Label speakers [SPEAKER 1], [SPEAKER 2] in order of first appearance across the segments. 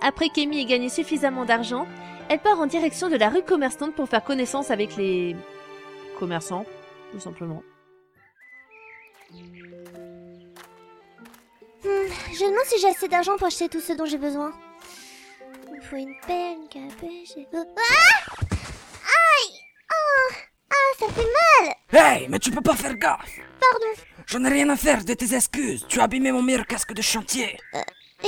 [SPEAKER 1] Après qu'Amy ait gagné suffisamment d'argent, elle part en direction de la rue commerçante pour faire connaissance avec les... commerçants, tout simplement.
[SPEAKER 2] Hmm, je me demande si j'ai assez d'argent pour acheter tout ce dont j'ai besoin. Il me faut une pelle, une capuche... et- Ah Aïe Oh Ah, ça fait mal
[SPEAKER 3] Hey, mais tu peux pas faire gaffe
[SPEAKER 2] Pardon
[SPEAKER 3] J'en ai rien à faire de tes excuses, tu as abîmé mon meilleur casque de chantier.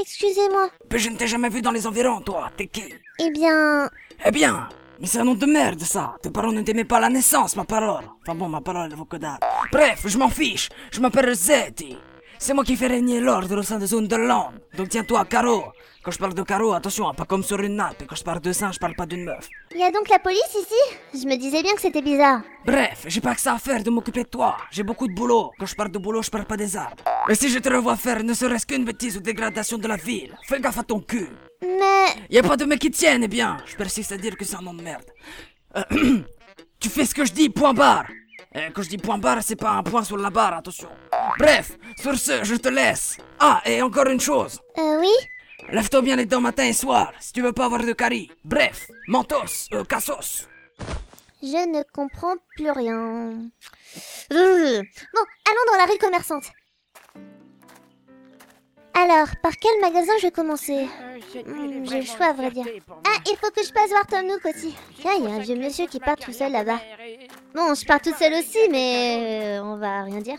[SPEAKER 2] Excusez-moi.
[SPEAKER 3] Mais je ne t'ai jamais vu dans les environs, toi, t'es qui
[SPEAKER 2] Eh bien...
[SPEAKER 3] Eh bien, mais c'est un nom de merde ça Tes parents ne t'aimaient pas à la naissance, ma parole Enfin bon, ma parole elle vaut que dalle. Bref, je m'en fiche, je m'appelle Zeti C'est moi qui fais régner l'ordre au sein des zones de l'homme Donc tiens-toi, Caro Quand je parle de Caro, attention, hein, pas comme sur une nappe Et quand je parle de sein, je parle pas d'une meuf
[SPEAKER 2] Il y a donc la police ici Je me disais bien que c'était bizarre.
[SPEAKER 3] Bref, j'ai pas que ça à faire de m'occuper de toi. J'ai beaucoup de boulot. Quand je parle de boulot, je parle pas des arbres. Et si je te revois faire ne serait-ce qu'une bêtise ou dégradation de la ville, fais gaffe à ton cul.
[SPEAKER 2] Mais...
[SPEAKER 3] Y a pas de mec qui tienne, eh bien. Je persiste à dire que c'est un nom de merde. Euh, tu fais ce que je dis, point barre. Euh, quand je dis point barre, c'est pas un point sur la barre, attention. Bref, sur ce, je te laisse. Ah, et encore une chose.
[SPEAKER 2] Euh, oui
[SPEAKER 3] Lève-toi bien les dents matin et soir, si tu veux pas avoir de caries. Bref, mentos, euh, cassos.
[SPEAKER 2] Je ne comprends plus rien. Euh, Bon, allons dans la rue commerçante. Alors, par quel magasin je vais commencer Hmm, J'ai le choix, à vrai dire. Ah, il faut que je passe voir Tom Nook aussi. Tiens, il y a un vieux monsieur qui part tout seul là-bas. Bon, je pars toute seule aussi, mais euh, on va rien dire.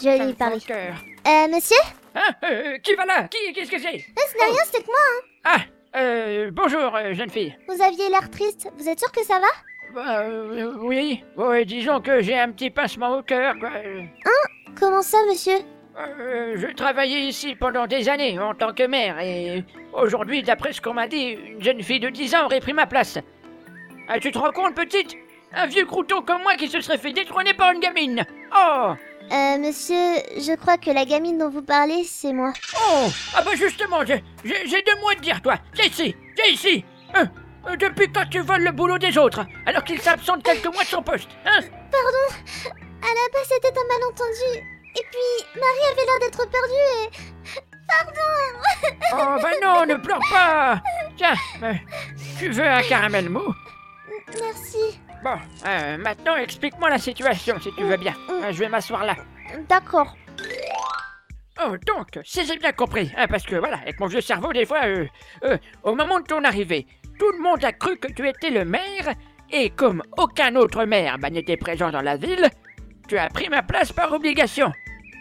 [SPEAKER 2] Je vais lui parler. Euh, monsieur
[SPEAKER 4] Hein euh, Qui va là Qui Qu'est-ce que c'est
[SPEAKER 2] Eh, Ce n'est rien, c'était que moi.
[SPEAKER 4] Ah euh, Bonjour, euh, jeune fille.
[SPEAKER 2] Vous aviez l'air triste. Vous êtes sûr que ça va
[SPEAKER 4] Bah, euh, oui, oui, disons que j'ai un petit pincement au cœur. quoi. Euh,
[SPEAKER 2] Comment ça, monsieur
[SPEAKER 4] euh, je travaillais ici pendant des années en tant que maire et aujourd'hui, d'après ce qu'on m'a dit, une jeune fille de 10 ans aurait pris ma place. Ah, tu te rends compte, petite Un vieux crouton comme moi qui se serait fait détrôner par une gamine Oh
[SPEAKER 2] Euh, monsieur, je crois que la gamine dont vous parlez, c'est moi.
[SPEAKER 4] Oh Ah bah justement, j'ai j'ai- j'ai deux mots à te dire, toi Viens ici Viens ici Hein Euh, Depuis quand tu voles le boulot des autres, alors qu'il s'absente quelques mois de son poste, hein
[SPEAKER 2] Pardon, à la base c'était un malentendu. Et puis, Marie avait l'air d'être perdue et... Pardon
[SPEAKER 4] Oh bah non, ne pleure pas Tiens, euh, tu veux un caramel mou
[SPEAKER 2] Merci.
[SPEAKER 4] Bon, euh, maintenant explique-moi la situation, si tu veux bien. Euh, je vais m'asseoir là.
[SPEAKER 2] D'accord.
[SPEAKER 4] Oh, donc, si j'ai bien compris, hein, parce que voilà, avec mon vieux cerveau, des fois, euh, euh, au moment de ton arrivée, tout le monde a cru que tu étais le maire, et comme aucun autre maire bah, n'était présent dans la ville, tu as pris ma place par obligation.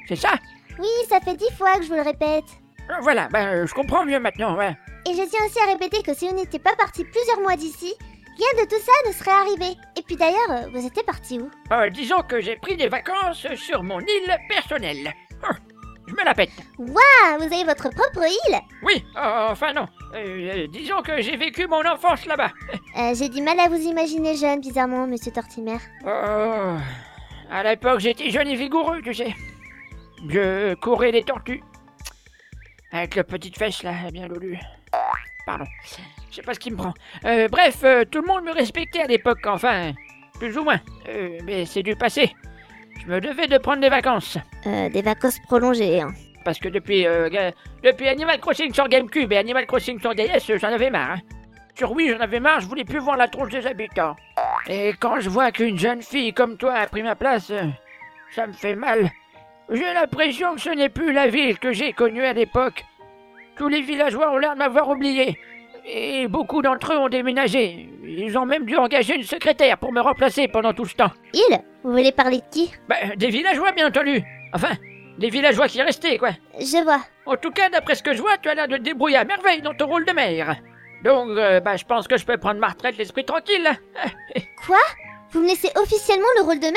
[SPEAKER 4] C'est ça
[SPEAKER 2] Oui, ça fait dix fois que je vous le répète.
[SPEAKER 4] Euh, Voilà, bah, euh, je comprends mieux maintenant, ouais.
[SPEAKER 2] Et je tiens aussi à répéter que si on n'était pas parti plusieurs mois d'ici, rien de tout ça ne serait arrivé. Et puis d'ailleurs, euh, vous étiez parti où
[SPEAKER 4] Euh, disons que j'ai pris des vacances sur mon île personnelle. Oh, je me la pète.
[SPEAKER 2] Ah, vous avez votre propre île
[SPEAKER 4] Oui, euh, enfin non. Euh, euh, disons que j'ai vécu mon enfance là-bas.
[SPEAKER 2] Euh, J'ai du mal à vous imaginer jeune, bizarrement, monsieur Tortimer.
[SPEAKER 4] Oh, à l'époque, j'étais jeune et vigoureux, tu sais. Je courais les tortues. Avec la petite fesse, là, bien loulue. Pardon, je sais pas ce qui me prend. Euh, bref, euh, tout le monde me respectait à l'époque, enfin, plus ou moins. Euh, mais c'est du passé. Je me devais de prendre des vacances.
[SPEAKER 2] Euh, des vacances prolongées, hein.
[SPEAKER 4] Parce que depuis, euh, ga- depuis Animal Crossing sur GameCube et Animal Crossing sur DS, euh, j'en avais marre. hein. Sur Wii, j'en avais marre, je voulais plus voir la tronche des habitants. Et quand je vois qu'une jeune fille comme toi a pris ma place, euh, ça me fait mal. J'ai l'impression que ce n'est plus la ville que j'ai connue à l'époque. Tous les villageois ont l'air de m'avoir oublié. Et beaucoup d'entre eux ont déménagé. Ils ont même dû engager une secrétaire pour me remplacer pendant tout ce temps.
[SPEAKER 2] Île Vous voulez parler de qui
[SPEAKER 4] Bah, euh, des villageois, bien entendu. Enfin, des villageois qui restaient, quoi.
[SPEAKER 2] Je vois.
[SPEAKER 4] En tout cas, d'après ce que je vois, tu as l'air de te débrouiller à merveille dans ton rôle de maire. Donc, euh, bah, je pense que je peux prendre ma retraite l'esprit tranquille.
[SPEAKER 2] Quoi Vous me laissez officiellement le rôle de mère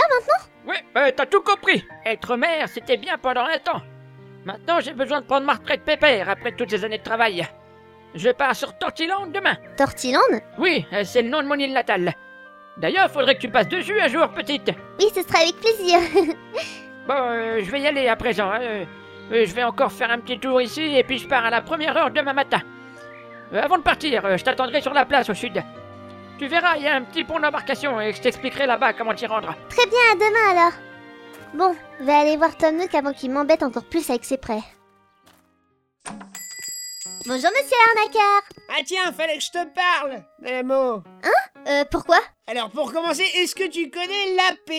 [SPEAKER 4] Ouais, bah, t'as tout compris. Être maire, c'était bien pendant un temps. Maintenant, j'ai besoin de prendre ma retraite pépère après toutes ces années de travail. Je pars sur Tortiland demain.
[SPEAKER 2] maintenant Tortiland
[SPEAKER 4] Oui, euh, c'est le nom de mon île natale. D'ailleurs, faudrait que tu passes dessus un jour, petite.
[SPEAKER 2] Oui, ce sera avec plaisir.
[SPEAKER 4] Bon, euh, je vais y aller à présent. hein, euh, euh, je vais encore faire un petit tour ici et puis je pars à la première heure demain matin. Euh, avant de partir, euh, je t'attendrai sur la place au sud. Tu verras, il y a un petit pont d'embarcation et je t'expliquerai là-bas comment t'y rendre.
[SPEAKER 2] Très bien, à demain alors. Bon, je vais aller voir Tom Nook avant qu'il m'embête encore plus avec ses prêts. Bonjour, monsieur l'arnaqueur
[SPEAKER 5] Ah tiens, fallait que je te parle, Nemo.
[SPEAKER 2] Euh, pourquoi
[SPEAKER 5] Alors pour commencer, est-ce que tu connais E? l'APE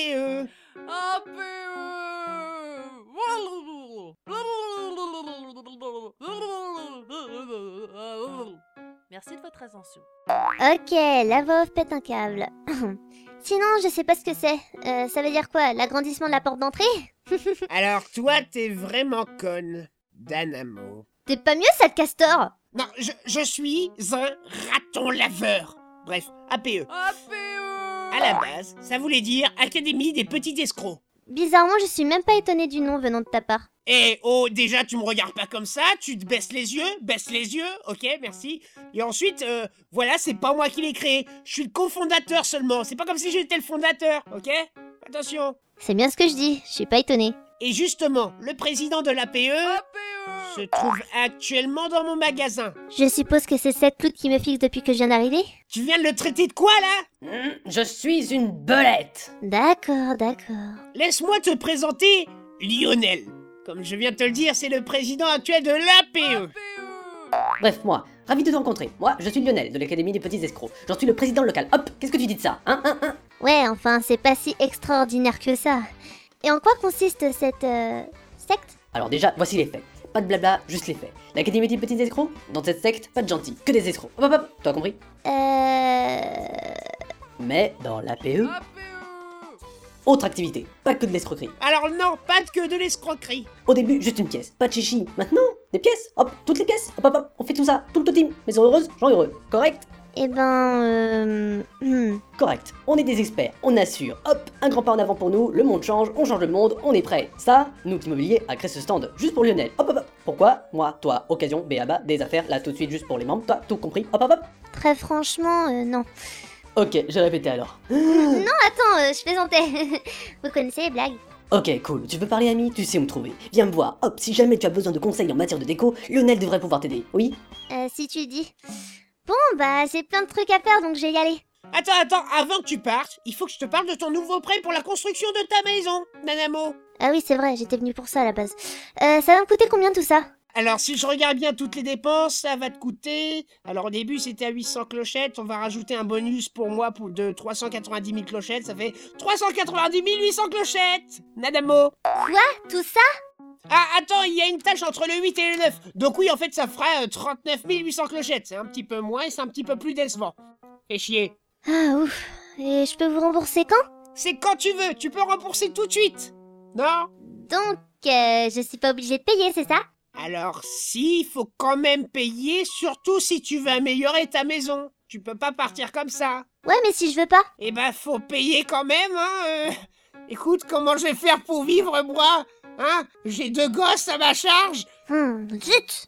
[SPEAKER 1] Merci de votre attention.
[SPEAKER 2] Ok, la voix off pète un câble. Sinon, je sais pas ce que c'est. Euh, ça veut dire quoi L'agrandissement de la porte d'entrée
[SPEAKER 5] Alors toi, t'es vraiment conne, Danamo.
[SPEAKER 2] T'es pas mieux, sale castor
[SPEAKER 5] Non, je, je suis un raton laveur. Bref, APE. À la base, ça voulait dire Académie des petits escrocs.
[SPEAKER 2] Bizarrement, je suis même pas étonnée du nom venant de ta part.
[SPEAKER 5] Eh oh, déjà tu me regardes pas comme ça, tu te baisses les yeux, baisse les yeux, ok, merci. Et ensuite, euh, voilà, c'est pas moi qui l'ai créé, je suis le cofondateur seulement, c'est pas comme si j'étais le fondateur, ok Attention.
[SPEAKER 2] C'est bien ce que je dis, je suis pas étonnée.
[SPEAKER 5] Et justement, le président de l'APE se trouve actuellement dans mon magasin.
[SPEAKER 2] Je suppose que c'est cette cloute qui me fixe depuis que je viens d'arriver
[SPEAKER 5] Tu viens de le traiter de quoi là
[SPEAKER 6] Hmm, Je suis une belette.
[SPEAKER 2] D'accord, d'accord.
[SPEAKER 5] Laisse-moi te présenter Lionel. Comme je viens de te le dire, c'est le président actuel de E. l'APE.
[SPEAKER 6] Bref, moi, ravi de te rencontrer. Moi, je suis Lionel de l'Académie des petits escrocs. J'en suis le président local. Hop, qu'est-ce que tu dis de ça Hein, hein, hein
[SPEAKER 2] Ouais, enfin, c'est pas si extraordinaire que ça. Et en quoi consiste cette euh, secte
[SPEAKER 6] Alors déjà, voici les faits. Pas de blabla, juste les faits. L'Académie des petits escrocs Dans cette secte, pas de gentils, que des escrocs. Hop, hop, hop, t'as compris
[SPEAKER 2] Euh...
[SPEAKER 6] Mais dans l'APE... Autre activité, pas que de l'escroquerie.
[SPEAKER 5] Alors non, pas que de l'escroquerie.
[SPEAKER 6] Au début, juste une pièce, pas de chichi. Maintenant, des pièces, hop, toutes les pièces, hop, hop, hop, on fait tout ça, tout le totem. Maison heureuse, gens heureux. Correct
[SPEAKER 2] Eh ben... Euh... hmm.
[SPEAKER 6] Correct. On est des experts, on assure. Hop, un grand pas en avant pour nous, le monde change, on change le monde, on est prêt. Ça, nous, petit immobilier, a créé ce stand juste pour Lionel. Hop, hop, hop. Pourquoi Moi, toi, occasion, béaba, des affaires, là tout de suite juste pour les membres, toi, tout compris. Hop, hop, hop.
[SPEAKER 2] Très franchement, euh, non.
[SPEAKER 6] Ok, j'ai répété alors.
[SPEAKER 2] Attends, euh, je plaisantais. Vous connaissez les blagues
[SPEAKER 6] Ok, cool. Tu veux parler, ami Tu sais où me trouver. Viens me voir. Hop, si jamais tu as besoin de conseils en matière de déco, Lionel devrait pouvoir t'aider. Oui
[SPEAKER 2] Euh, si tu dis. Bon, bah, j'ai plein de trucs à faire, donc je vais y aller.
[SPEAKER 5] Attends, attends, avant que tu partes, il faut que je te parle de ton nouveau prêt pour la construction de ta maison, Nanamo.
[SPEAKER 2] Ah oui, c'est vrai, j'étais venue pour ça à la base. Euh, ça va me coûter combien tout ça
[SPEAKER 5] Alors si je regarde bien toutes les dépenses, ça va te coûter... Alors au début c'était à 800 clochettes, on va rajouter un bonus pour moi pour de 390 000 clochettes, ça fait 390 800 clochettes, Nanamo.
[SPEAKER 2] Tout ça
[SPEAKER 5] Ah attends, il y a une tâche entre le 8 et le 9, donc oui en fait ça fera euh, 39 800 clochettes, c'est un petit peu moins et c'est un petit peu plus décevant. Fais chier.
[SPEAKER 2] Ah ouf. Et je peux vous rembourser quand
[SPEAKER 5] C'est quand tu veux, tu peux rembourser tout de suite. Non
[SPEAKER 2] Donc, euh, je suis pas obligée de payer, c'est ça
[SPEAKER 5] Alors si, il faut quand même payer, surtout si tu veux améliorer ta maison. Tu peux pas partir comme ça.
[SPEAKER 2] Ouais, mais si je veux pas.
[SPEAKER 5] Eh ben, faut payer quand même, hein euh. Écoute, comment je vais faire pour vivre, moi Hein J'ai deux gosses à ma charge
[SPEAKER 2] Hmm, zut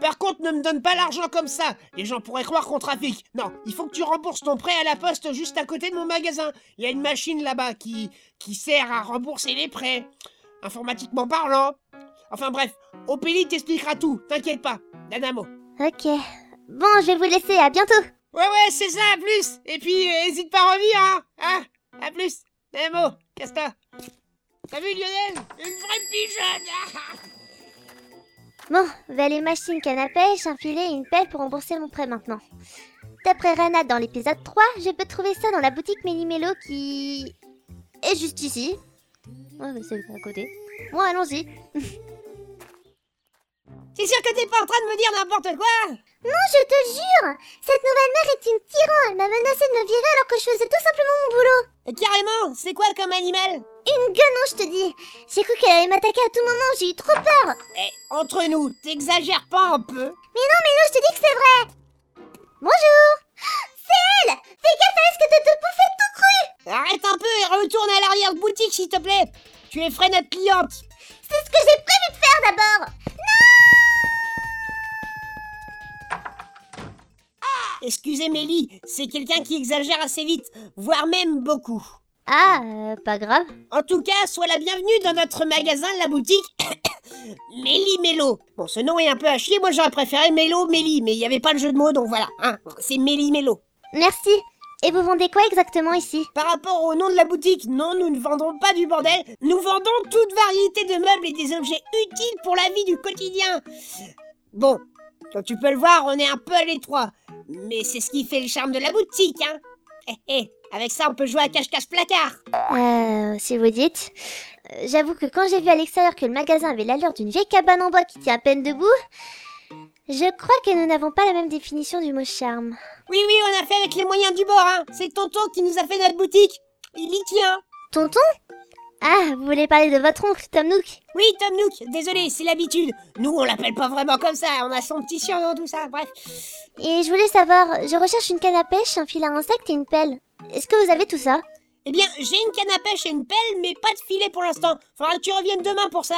[SPEAKER 5] Par contre, ne me donne pas l'argent comme ça Les gens pourraient croire qu'on trafique Non, il faut que tu rembourses ton prêt à la poste juste à côté de mon magasin. Il y a une machine là-bas qui... qui sert à rembourser les prêts. Informatiquement parlant. Enfin bref, Opélie t'expliquera tout, t'inquiète pas. Nanamo.
[SPEAKER 2] Ok. Bon, je vais vous laisser, à bientôt
[SPEAKER 5] Ouais, ouais, c'est ça, à plus Et puis, euh, hésite pas à revenir, hein Hein À plus Nemo, casse-toi T'as vu, Lionel Une vraie pigeonne hein.
[SPEAKER 2] Bon, va aller m'acheter une canne à pêche, un filet et une pelle pour rembourser mon prêt maintenant. D'après Rana dans l'épisode 3, je peux trouver ça dans la boutique Méli-Mélo qui... est juste ici. Ouais, mais c'est à côté. Bon, allons-y.
[SPEAKER 5] C'est sûr que t'es pas en train de me dire n'importe quoi
[SPEAKER 2] Je te jure Cette nouvelle mère est une tyran Elle m'a menacé de me virer alors que je faisais tout simplement mon boulot
[SPEAKER 5] Euh, Carrément C'est quoi comme animal
[SPEAKER 2] Une gueule, non, je te dis J'ai cru qu'elle allait m'attaquer à tout moment, j'ai eu trop peur Non,
[SPEAKER 5] Eh, entre nous, t'exagères pas un peu
[SPEAKER 2] je te dis que c'est vrai Bonjour C'est elle Fais gaffe, elle risque de te bouffer tout cru
[SPEAKER 5] Arrête un peu et retourne à l'arrière de boutique, s'il te plaît Tu effraies notre cliente
[SPEAKER 2] C'est ce que j'ai prévu de faire d'abord
[SPEAKER 5] Excusez Mélie, c'est quelqu'un qui exagère assez vite, voire même beaucoup.
[SPEAKER 2] Ah, euh, pas grave.
[SPEAKER 5] En tout cas, sois la bienvenue dans notre magasin, la boutique Méli Mélo. Bon, ce nom est un peu à chier, moi j'aurais préféré Mélo Méli, mais il n'y avait pas le jeu de mots, donc voilà, hein, c'est Méli Mélo.
[SPEAKER 2] Merci Et vous vendez quoi exactement ici
[SPEAKER 5] Par rapport au nom de la boutique, non, nous ne vendons pas du bordel, nous vendons toute variété de meubles et des objets utiles pour la vie du quotidien. Bon,
[SPEAKER 7] Comme tu peux le voir, on est un peu à l'étroit. Mais c'est ce qui fait le charme de la boutique, hein. Hé
[SPEAKER 5] Eh,
[SPEAKER 7] hé, avec ça, on peut jouer à cache-cache-placard.
[SPEAKER 2] Euh, si vous dites. Euh, J'avoue que quand j'ai vu à l'extérieur que le magasin avait l'allure d'une vieille cabane en bois qui tient à peine debout, je crois que nous n'avons pas la même définition du mot charme.
[SPEAKER 7] Oui, oui, on a fait avec les moyens du bord, hein. C'est tonton qui nous a fait notre boutique. Il y tient.
[SPEAKER 2] Tonton Ah, vous voulez parler de votre oncle, Tom Nook
[SPEAKER 7] Oui, Tom Nook, désolé, c'est l'habitude. Nous, on l'appelle pas vraiment comme ça. On a son petit surnom, tout ça. Bref.
[SPEAKER 2] Et je voulais savoir, je recherche une canne à pêche, un fil à insectes et une pelle. Est-ce que vous avez tout ça
[SPEAKER 7] Eh bien, j'ai une canne à pêche et une pelle, mais pas de filet pour l'instant. Faudra que tu reviennes demain pour ça.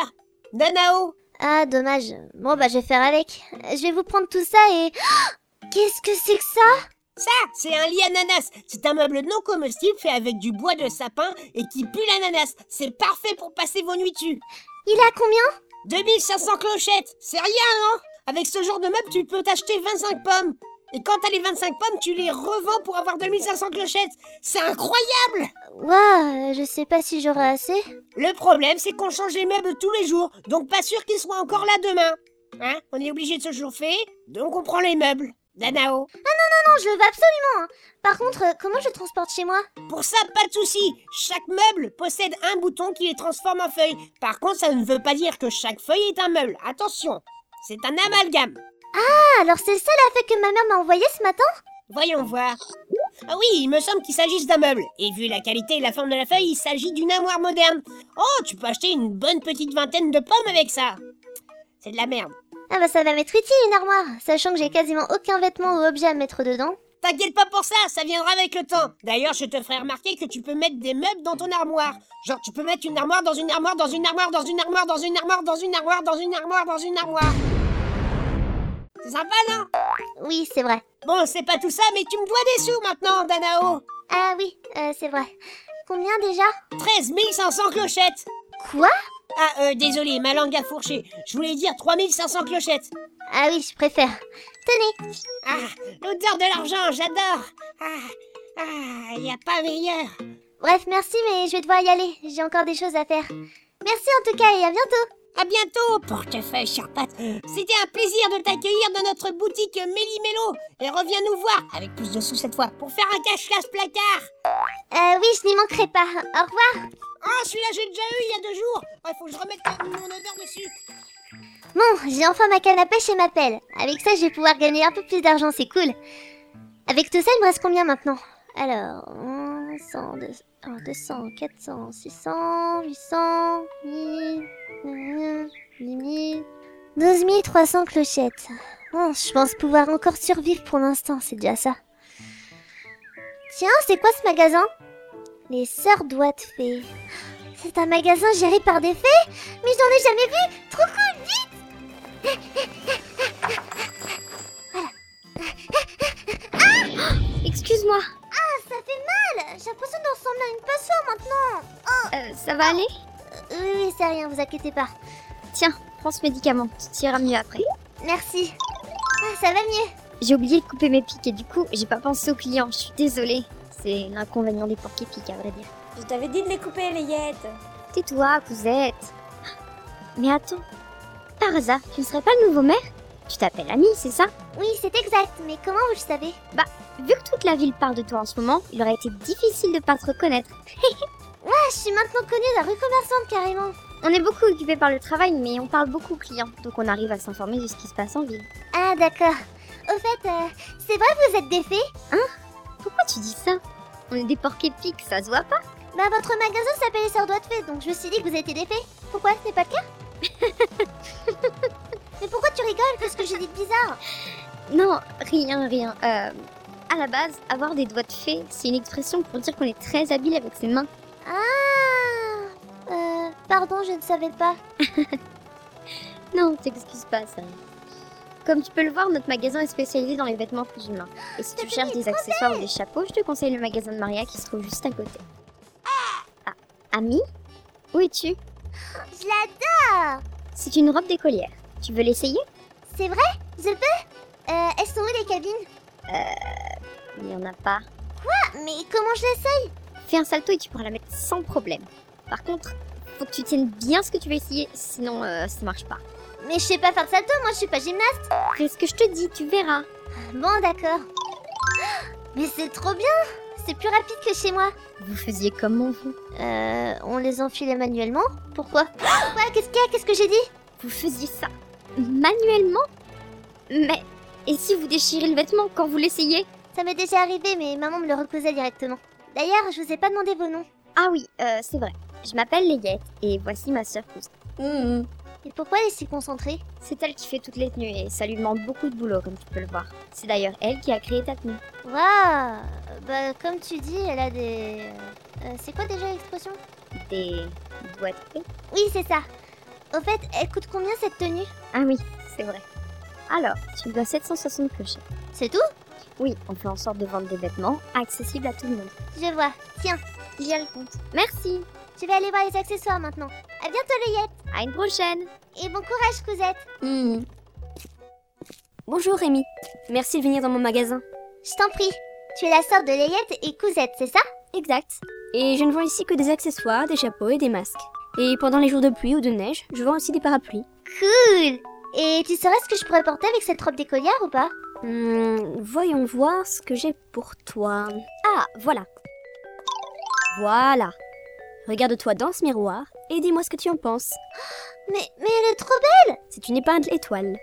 [SPEAKER 7] Nanao
[SPEAKER 2] Ah, dommage. Bon, bah, je vais faire avec. Euh, Je vais vous prendre tout ça et... Ah Qu'est-ce que c'est que ça
[SPEAKER 7] Ça, c'est un lit ananas. C'est un meuble non comestible fait avec du bois de sapin et qui pue l'ananas. C'est parfait pour passer vos nuits dessus.
[SPEAKER 2] Il a combien
[SPEAKER 7] 2500 clochettes, c'est rien, hein Avec ce genre de meuble, tu peux t'acheter 25 pommes. Et quand t'as les 25 pommes, tu les revends pour avoir 2500 clochettes. C'est incroyable
[SPEAKER 2] Ouah, euh, je sais pas si j'aurai assez.
[SPEAKER 7] Le problème, c'est qu'on change les meubles tous les jours, donc pas sûr qu'ils soient encore là demain. Hein On est obligé de se chauffer, donc on prend les meubles. Danao.
[SPEAKER 2] Non, je le veux absolument hein. Par contre, euh, comment je le transporte chez moi
[SPEAKER 7] Pour ça, pas de souci. Chaque meuble possède un bouton qui les transforme en feuilles. Par contre, ça ne veut pas dire que chaque feuille est un meuble. Attention, c'est un amalgame.
[SPEAKER 2] Ah, alors c'est ça la feuille que ma mère m'a envoyée ce matin
[SPEAKER 7] Voyons voir. Ah oui, il me semble qu'il s'agisse d'un meuble. Et vu la qualité et la forme de la feuille, il s'agit d'une armoire moderne. Oh, tu peux acheter une bonne petite vingtaine de pommes avec ça. C'est de la merde.
[SPEAKER 2] Ah bah ça va m'être utile une armoire, sachant que j'ai quasiment aucun vêtement ou objet à mettre dedans.
[SPEAKER 7] T'inquiète pas pour ça, ça viendra avec le temps. D'ailleurs, je te ferai remarquer que tu peux mettre des meubles dans ton armoire. Genre, tu peux mettre une armoire dans une armoire, dans une armoire, dans une armoire, dans une armoire, dans une armoire, dans une armoire, dans une armoire. C'est sympa, non
[SPEAKER 2] Oui, c'est vrai.
[SPEAKER 7] Bon, c'est pas tout ça, mais tu me dois des sous maintenant, Danao.
[SPEAKER 2] Ah oui, euh, c'est vrai. Combien déjà
[SPEAKER 7] 13 500 clochettes.
[SPEAKER 2] Quoi
[SPEAKER 7] Ah, euh, désolé, ma langue a fourché. Je voulais dire 3500 clochettes.
[SPEAKER 2] Ah oui, je préfère. Tenez
[SPEAKER 7] Ah, l'odeur de l'argent, j'adore. Ah, ah, y a pas meilleur.
[SPEAKER 2] Bref, merci, mais je vais devoir y aller. J'ai encore des choses à faire. Merci en tout cas et à bientôt
[SPEAKER 7] À bientôt, portefeuille sur pattes. C'était un plaisir de t'accueillir dans notre boutique Méli-Mélo. Et reviens nous voir, avec plus de sous cette fois, pour faire un cache-cache placard.
[SPEAKER 2] Euh, oui, je n'y manquerai pas. Au revoir
[SPEAKER 7] Oh, celui-là, j'ai déjà eu il y a deux jours. Ah, Il faut que je remette ma- mon odeur dessus.
[SPEAKER 2] Bon, j'ai enfin ma canne à pêche et ma pelle. Avec ça, je vais pouvoir gagner un peu plus d'argent, c'est cool. Avec tout ça, il me reste combien maintenant Alors, 100, 200, alors, 200, 400, 600, 800, 1000, 9000, 10 000, 12 300 clochettes. Bon, je pense pouvoir encore survivre pour l'instant, c'est déjà ça. Tiens, c'est quoi ce magasin Les sœurs doigts de fées. C'est un magasin géré par des fées Mais j'en ai jamais vu Trop cool, vite
[SPEAKER 8] Excuse-moi,
[SPEAKER 2] Ça fait mal J'ai l'impression de ressembler à une passoire maintenant
[SPEAKER 8] euh, ça va aller
[SPEAKER 2] Oui, oui, c'est rien, vous inquiétez pas.
[SPEAKER 8] Tiens, prends ce médicament, tu iras mieux après.
[SPEAKER 2] Merci. Ah, ça va mieux
[SPEAKER 8] J'ai oublié de couper mes pics et du coup, j'ai pas pensé aux clients, je suis désolée. C'est l'inconvénient des porcs épiques, à vrai dire.
[SPEAKER 9] Je t'avais dit de les couper, les yettes.
[SPEAKER 8] Tais-toi, cousette. Mais attends, par hasard, tu ne serais pas le nouveau maire Tu t'appelles Annie, c'est ça
[SPEAKER 2] Oui, c'est exact, mais comment vous le savez
[SPEAKER 8] Vu que toute la ville parle de toi en ce moment, il aurait été difficile de pas te reconnaître.
[SPEAKER 2] Ah, je suis maintenant connue la rue commerçante carrément
[SPEAKER 8] On est beaucoup occupé par le travail, mais on parle beaucoup aux clients, donc on arrive à s'informer de ce qui se passe en ville.
[SPEAKER 2] Ah, d'accord. Au fait, euh, c'est vrai que vous êtes des fées
[SPEAKER 8] Pourquoi tu dis ça On est des porcs épiques, ça se voit pas
[SPEAKER 2] Bah, votre magasin s'appelle les Sœurs Doigts de Fées, donc je me suis dit que vous étiez des fées. Pourquoi C'est pas le cas Mais pourquoi tu rigoles Parce que j'ai dit de bizarre
[SPEAKER 8] Non, rien, rien. Euh, à la base, avoir des doigts de fée, c'est une expression pour dire qu'on est très habile avec ses mains.
[SPEAKER 2] Ah Euh, pardon, je ne savais pas.
[SPEAKER 8] Non, t'excuses pas, ça. Comme tu peux le voir, notre magasin est spécialisé dans les vêtements plus humains. Et si tu
[SPEAKER 2] C'était
[SPEAKER 8] cherches des accessoires ou des chapeaux, je te conseille le magasin de Maria qui se trouve juste à côté. Ah, Ami Où es-tu
[SPEAKER 2] Je l'adore
[SPEAKER 8] C'est une robe d'écolière. Tu veux l'essayer
[SPEAKER 2] C'est vrai Je peux Euh, elles sont où les cabines
[SPEAKER 8] Il n'y en a pas.
[SPEAKER 2] Ah, mais comment je les sais
[SPEAKER 8] Fais un salto et tu pourras la mettre sans problème. Par contre, faut que tu tiennes bien ce que tu veux essayer, sinon euh, ça marche pas.
[SPEAKER 2] Mais je sais pas faire de salto, moi je suis pas gymnaste.
[SPEAKER 8] Fais ce que je te dis, tu verras.
[SPEAKER 2] Bon, d'accord. Mais c'est trop bien C'est plus rapide que chez moi.
[SPEAKER 8] Vous faisiez comment vous
[SPEAKER 2] Euh, on les enfilait manuellement Pourquoi Quoi Qu'est-ce qu'il y a Qu'est-ce que j'ai dit
[SPEAKER 8] Vous faisiez ça manuellement Mais et si vous déchirez le vêtement quand vous l'essayez
[SPEAKER 2] Ça m'est déjà arrivé, mais maman me le reposait directement. D'ailleurs, je vous ai pas demandé vos noms.
[SPEAKER 8] Ah oui, euh, c'est vrai. Je m'appelle Layette et voici ma sœur Pousse.
[SPEAKER 10] Hum, hum.
[SPEAKER 2] Et pourquoi elle est si concentrée
[SPEAKER 8] C'est elle qui fait toutes les tenues et ça lui demande beaucoup de boulot comme tu peux le voir. C'est d'ailleurs elle qui a créé ta tenue.
[SPEAKER 2] Waouh Bah, comme tu dis, elle a des. euh, c'est quoi déjà l'expression
[SPEAKER 8] Des doigts de fée
[SPEAKER 2] Oui, c'est ça. Au fait, elle coûte combien cette tenue
[SPEAKER 8] Ah oui, c'est vrai. Alors, tu me dois 760 clochers.
[SPEAKER 2] C'est tout
[SPEAKER 8] Oui, on fait en sorte de vendre des vêtements accessibles à tout le monde.
[SPEAKER 2] Je vois. Tiens,
[SPEAKER 8] J'ai le compte. Merci.
[SPEAKER 2] je vais aller voir les accessoires maintenant. À bientôt, Layette
[SPEAKER 8] À une prochaine.
[SPEAKER 2] Et bon courage, cousette
[SPEAKER 10] hum. Bonjour Rémi, merci de venir dans mon magasin.
[SPEAKER 2] Je t'en prie. Tu es la sœur de Layette et cousette, c'est ça
[SPEAKER 10] Exact. Et je ne vends ici que des accessoires, des chapeaux et des masques. Et pendant les jours de pluie ou de neige, je vends aussi des parapluies.
[SPEAKER 2] Cool Et tu saurais ce que je pourrais porter avec cette robe d'écolière ou pas
[SPEAKER 10] Hum, voyons voir ce que j'ai pour toi. Ah, voilà. Voilà. Regarde-toi dans ce miroir et dis-moi ce que tu en penses.
[SPEAKER 2] Mais, mais elle est trop belle
[SPEAKER 10] C'est une épingle étoile.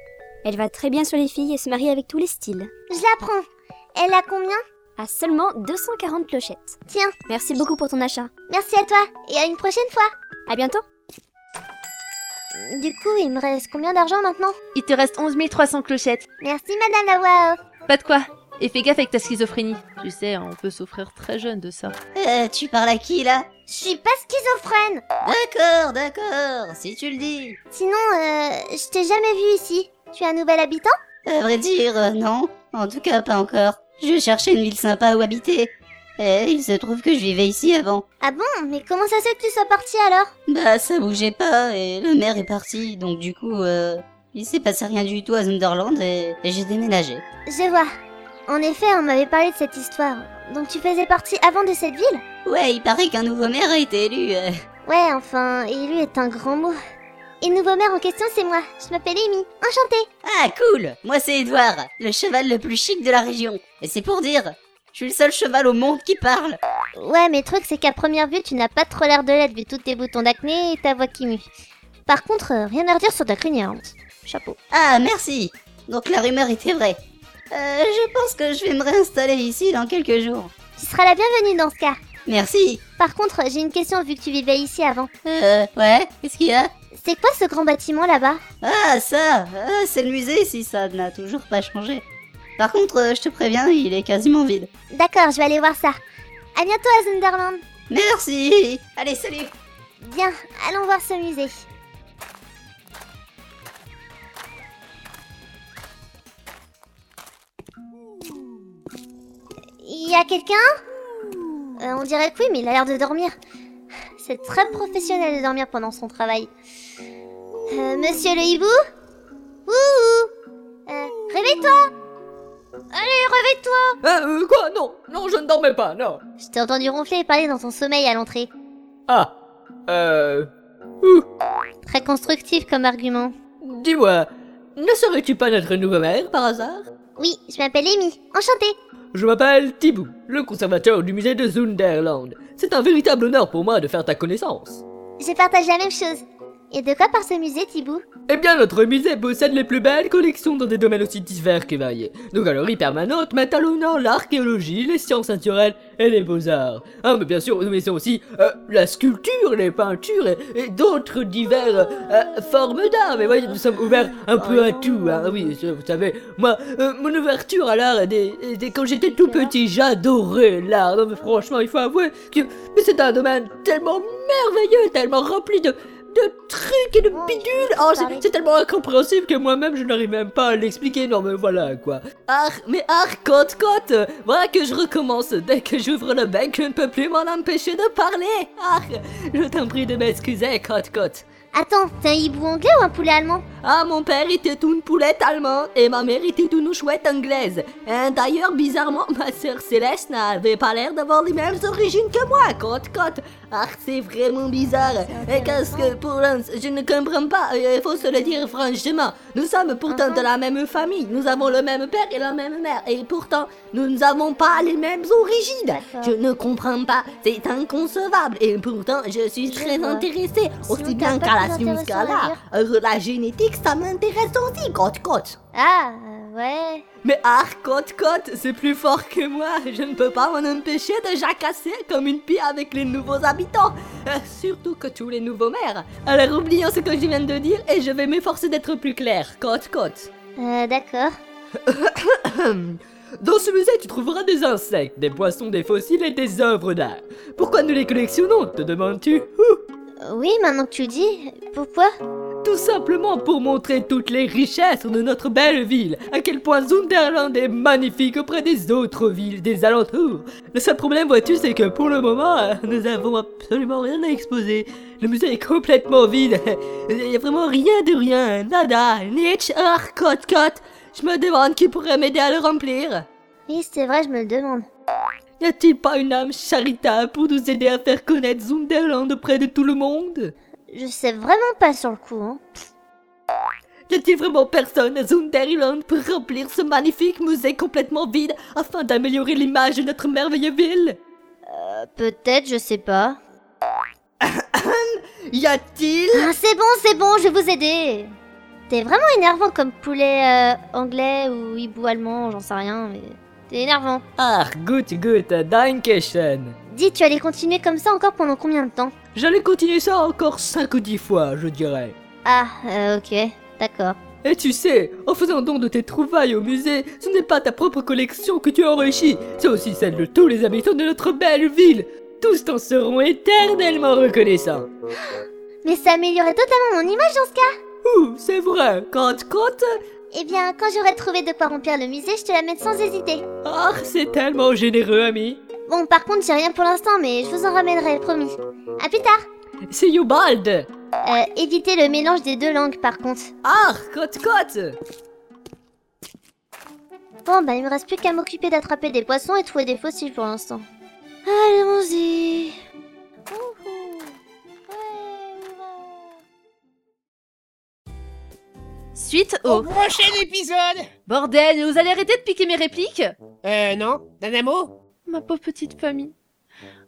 [SPEAKER 10] Elle va très bien sur les filles et se marie avec tous les styles.
[SPEAKER 2] Je la prends Elle a combien
[SPEAKER 10] À seulement 240 clochettes.
[SPEAKER 2] Tiens,
[SPEAKER 10] Merci beaucoup pour ton achat.
[SPEAKER 2] merci à toi et à une prochaine fois
[SPEAKER 10] À bientôt.
[SPEAKER 2] Du coup, il me reste combien d'argent maintenant
[SPEAKER 1] Il te reste 11 300 clochettes.
[SPEAKER 2] Merci Madame la Wao
[SPEAKER 1] Pas de quoi. Et fais gaffe avec ta schizophrénie. Tu sais, hein, on peut s'offrir très jeune de ça.
[SPEAKER 11] Euh, tu parles à qui là
[SPEAKER 2] Je suis pas schizophrène
[SPEAKER 11] D'accord, d'accord, si tu le dis.
[SPEAKER 2] Sinon, euh, je t'ai jamais vu ici. Tu es un nouvel habitant
[SPEAKER 11] À vrai dire, euh, non. En tout cas, pas encore. Je cherchais une ville sympa où habiter. Et il se trouve que je vivais ici avant.
[SPEAKER 2] Ah bon Mais comment ça se fait que tu sois parti alors
[SPEAKER 11] Bah, ça bougeait pas et le maire est parti, donc du coup, euh, il s'est passé rien du tout à Zunderland et, et j'ai déménagé.
[SPEAKER 2] Je vois. En effet, on m'avait parlé de cette histoire. Donc tu faisais partie avant de cette ville
[SPEAKER 11] Ouais, il paraît qu'un nouveau maire a été élu. euh.
[SPEAKER 2] Ouais, enfin, élu est un grand mot. Et le nouveau maire en question, c'est moi. Je m'appelle Amy. Enchantée.
[SPEAKER 11] Ah, cool Moi, c'est Edouard, le cheval le plus chic de la région. Et c'est pour dire, je suis le seul cheval au monde qui parle.
[SPEAKER 2] Ouais, mais le truc, c'est qu'à première vue, tu n'as pas trop l'air de l'être vu tous tes boutons d'acné et ta voix qui mue. Par contre, euh, rien à redire sur ta crinière. Hans. Chapeau.
[SPEAKER 11] Ah, merci. Donc la rumeur était vraie. Euh, je pense que je vais me réinstaller ici dans quelques jours.
[SPEAKER 2] Tu seras la bienvenue dans ce cas.
[SPEAKER 11] Merci.
[SPEAKER 2] Par contre, j'ai une question vu que tu vivais ici avant.
[SPEAKER 11] Euh, ouais, qu'est-ce qu'il y a
[SPEAKER 2] C'est quoi ce grand bâtiment là-bas
[SPEAKER 11] Ah, ça, ah, c'est le musée si ça n'a toujours pas changé. Par contre, euh, je te préviens, il est quasiment vide.
[SPEAKER 2] D'accord, je vais aller voir ça. À bientôt à Zunderland.
[SPEAKER 11] Merci. Allez, salut.
[SPEAKER 2] Bien, allons voir ce musée. Il y a quelqu'un Euh, On dirait que oui, mais il a l'air de dormir. C'est très professionnel de dormir pendant son travail. Euh, Monsieur le hibou Ouh Euh, Réveille-toi Allez, réveille-toi
[SPEAKER 12] Hein, euh, quoi Non, non, je ne dormais pas, non.
[SPEAKER 2] Je t'ai entendu ronfler et parler dans ton sommeil à l'entrée.
[SPEAKER 12] Ah, euh,
[SPEAKER 2] Très constructif comme argument.
[SPEAKER 12] dis-moi, ne serais-tu pas notre nouveau maire par hasard
[SPEAKER 2] Oui, je m'appelle Amy. Enchantée.
[SPEAKER 12] Je m'appelle Thibaut, le conservateur du musée de Zunderland. C'est un véritable honneur pour moi de faire ta connaissance.
[SPEAKER 2] Je partage la même chose. Et de quoi par ce musée, Thibou
[SPEAKER 12] Eh bien, notre musée possède les plus belles collections dans des domaines aussi divers que variés. Nos galeries permanentes mettent à l'honneur l'archéologie, les sciences naturelles et les beaux-arts. Ah, mais bien sûr, nous mettons aussi euh, la sculpture, les peintures et, et d'autres divers euh, euh, formes d'art. Mais voyez, nous sommes ouverts un peu à tout. Hein. Oui, ça, vous savez, moi, euh, mon ouverture à l'art, dès, dès quand j'étais tout petit, j'adorais l'art. Non, mais franchement, il faut avouer que c'est un domaine tellement merveilleux, tellement rempli de, de trucs et de bidules. Oh, c'est- c'est tellement incompréhensible que moi-même je n'arrive même pas à l'expliquer. Non, mais voilà quoi. Art, mais art, côte, côte. euh, Voilà que je recommence. Dès que j'ouvre le bec, je ne peux plus m'en empêcher de parler. Art, je t'en prie de m'excuser, côte, côte.
[SPEAKER 2] Attends, t'es un hibou anglais ou un poulet allemand
[SPEAKER 12] Ah, mon père était une poulette allemande et ma mère était une chouette anglaise. Hein, D'ailleurs, bizarrement, ma sœur Céleste n'avait pas l'air d'avoir les mêmes origines que moi, côte côte. Ah, c'est vraiment bizarre. Et qu'est-ce que pour l'un, je ne comprends pas, Euh, il faut se le dire franchement. Nous sommes pourtant de la même famille, nous avons le même père et la même mère, et pourtant, nous n'avons pas les mêmes origines. Je ne comprends pas, c'est inconcevable, et pourtant, je suis
[SPEAKER 2] Je
[SPEAKER 12] très
[SPEAKER 2] vois.
[SPEAKER 12] intéressée, aussi
[SPEAKER 2] Sinon, t'as
[SPEAKER 12] bien
[SPEAKER 2] pas
[SPEAKER 12] qu'à la
[SPEAKER 2] plus intéressant à
[SPEAKER 12] science-là. Euh, La génétique, ça m'intéresse aussi, côte côte.
[SPEAKER 2] Ah, euh, ouais.
[SPEAKER 12] Mais ah, côte côte, c'est plus fort que moi. Je ne peux pas m'en empêcher de jacasser comme une pie avec les nouveaux habitants. Euh, surtout que tous les nouveaux maires. Alors oublions ce que je viens de dire et je vais m'efforcer d'être plus clair, côte côte. Hum.
[SPEAKER 2] Euh, d'accord.
[SPEAKER 12] Dans ce musée, tu trouveras des insectes, des poissons, des fossiles et des œuvres d'art. Pourquoi nous les collectionnons, te demandes-tu
[SPEAKER 2] Euh, Oui, maintenant que tu le dis, pourquoi
[SPEAKER 12] Tout simplement pour montrer toutes les richesses de notre belle ville, à quel point Zunderland est magnifique auprès des autres villes des alentours. Le seul problème, vois-tu, c'est que pour le moment, euh, nous avons absolument rien à exposer. Le musée est complètement vide. Il y a vraiment rien de rien. Nada, Nietzsche, Arcot, Cot. Je me demande qui pourrait m'aider à le remplir.
[SPEAKER 2] Oui, c'est vrai, je me le demande.
[SPEAKER 12] Y a-t-il pas une âme charitable pour nous aider à faire connaître Zunderland auprès de tout le monde
[SPEAKER 2] Je sais vraiment pas sur le coup, hein.
[SPEAKER 12] Y a-t-il vraiment personne à Zunderland pour remplir ce magnifique musée complètement vide afin d'améliorer l'image de notre merveilleuse ville
[SPEAKER 2] Euh, Peut-être, je sais pas.
[SPEAKER 12] Y a-t-il
[SPEAKER 2] Ah, c'est bon, c'est bon, je vais vous aider. T'es vraiment énervant comme poulet euh, anglais ou hibou allemand, j'en sais rien, mais t'es énervant.
[SPEAKER 12] Ah, gut, gut, dankeschön.
[SPEAKER 2] Dis, tu allais continuer comme ça encore pendant combien de temps
[SPEAKER 12] J'allais continuer ça encore 5 ou 10 fois, je dirais.
[SPEAKER 2] Ah, euh, ok, d'accord.
[SPEAKER 12] Et tu sais, en faisant don de tes trouvailles au musée, ce n'est pas ta propre collection que tu enrichis, c'est aussi celle de tous les habitants de notre belle ville. Tous t'en seront éternellement reconnaissants.
[SPEAKER 2] Mais ça améliorait totalement mon image dans ce cas.
[SPEAKER 12] Ouh, c'est vrai, quand, quand,
[SPEAKER 2] Eh bien, quand j'aurai trouvé de quoi remplir le musée, je te la mets sans hésiter.
[SPEAKER 12] Ah, c'est tellement généreux, ami.
[SPEAKER 2] Bon, par contre, j'ai rien pour l'instant, mais je vous en ramènerai, promis. À plus tard.
[SPEAKER 12] C'est Yobald.
[SPEAKER 2] Euh, évitez le mélange des deux langues, par contre.
[SPEAKER 12] Ah, cote cote.
[SPEAKER 2] Bon, bah, il me reste plus qu'à m'occuper d'attraper des poissons et trouver des fossiles pour l'instant. Allons-y. Wouhou. Ouais,
[SPEAKER 1] Suite
[SPEAKER 7] Au
[SPEAKER 12] Oh.
[SPEAKER 1] au...
[SPEAKER 7] prochain épisode
[SPEAKER 1] Bordel, vous allez arrêter de piquer mes répliques
[SPEAKER 7] Euh, non Danamo
[SPEAKER 1] Ma pauvre petite famille.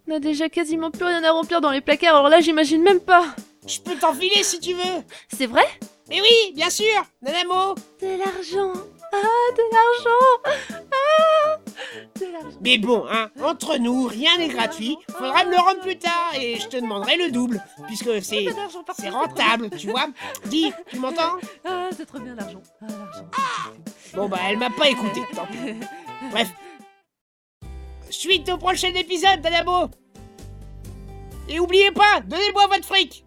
[SPEAKER 1] On a déjà quasiment plus rien à remplir dans les placards, alors là j'imagine même pas.
[SPEAKER 7] Je peux t'enfiler si tu veux
[SPEAKER 1] C'est vrai
[SPEAKER 7] Mais oui, bien sûr Nanamo
[SPEAKER 1] De l'argent. Ah, de l'argent. Ah, de l'argent.
[SPEAKER 7] Mais bon, hein, entre nous, rien n'est gratuit. Faudra me le rendre plus tard et je te demanderai le double, puisque c'est...
[SPEAKER 1] De l'argent partout,
[SPEAKER 7] C'est
[SPEAKER 1] trop bien.
[SPEAKER 7] rentable, tu vois Dis, tu m'entends
[SPEAKER 1] Ah, c'est trop bien l'argent. Ah, l'argent.
[SPEAKER 7] Bon bah elle m'a pas écouté, tant pis. Bref. Suite au prochain épisode, Danamo Et oubliez pas, donnez-moi votre fric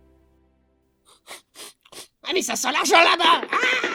[SPEAKER 7] Ah mais ça sent l'argent là-bas Ah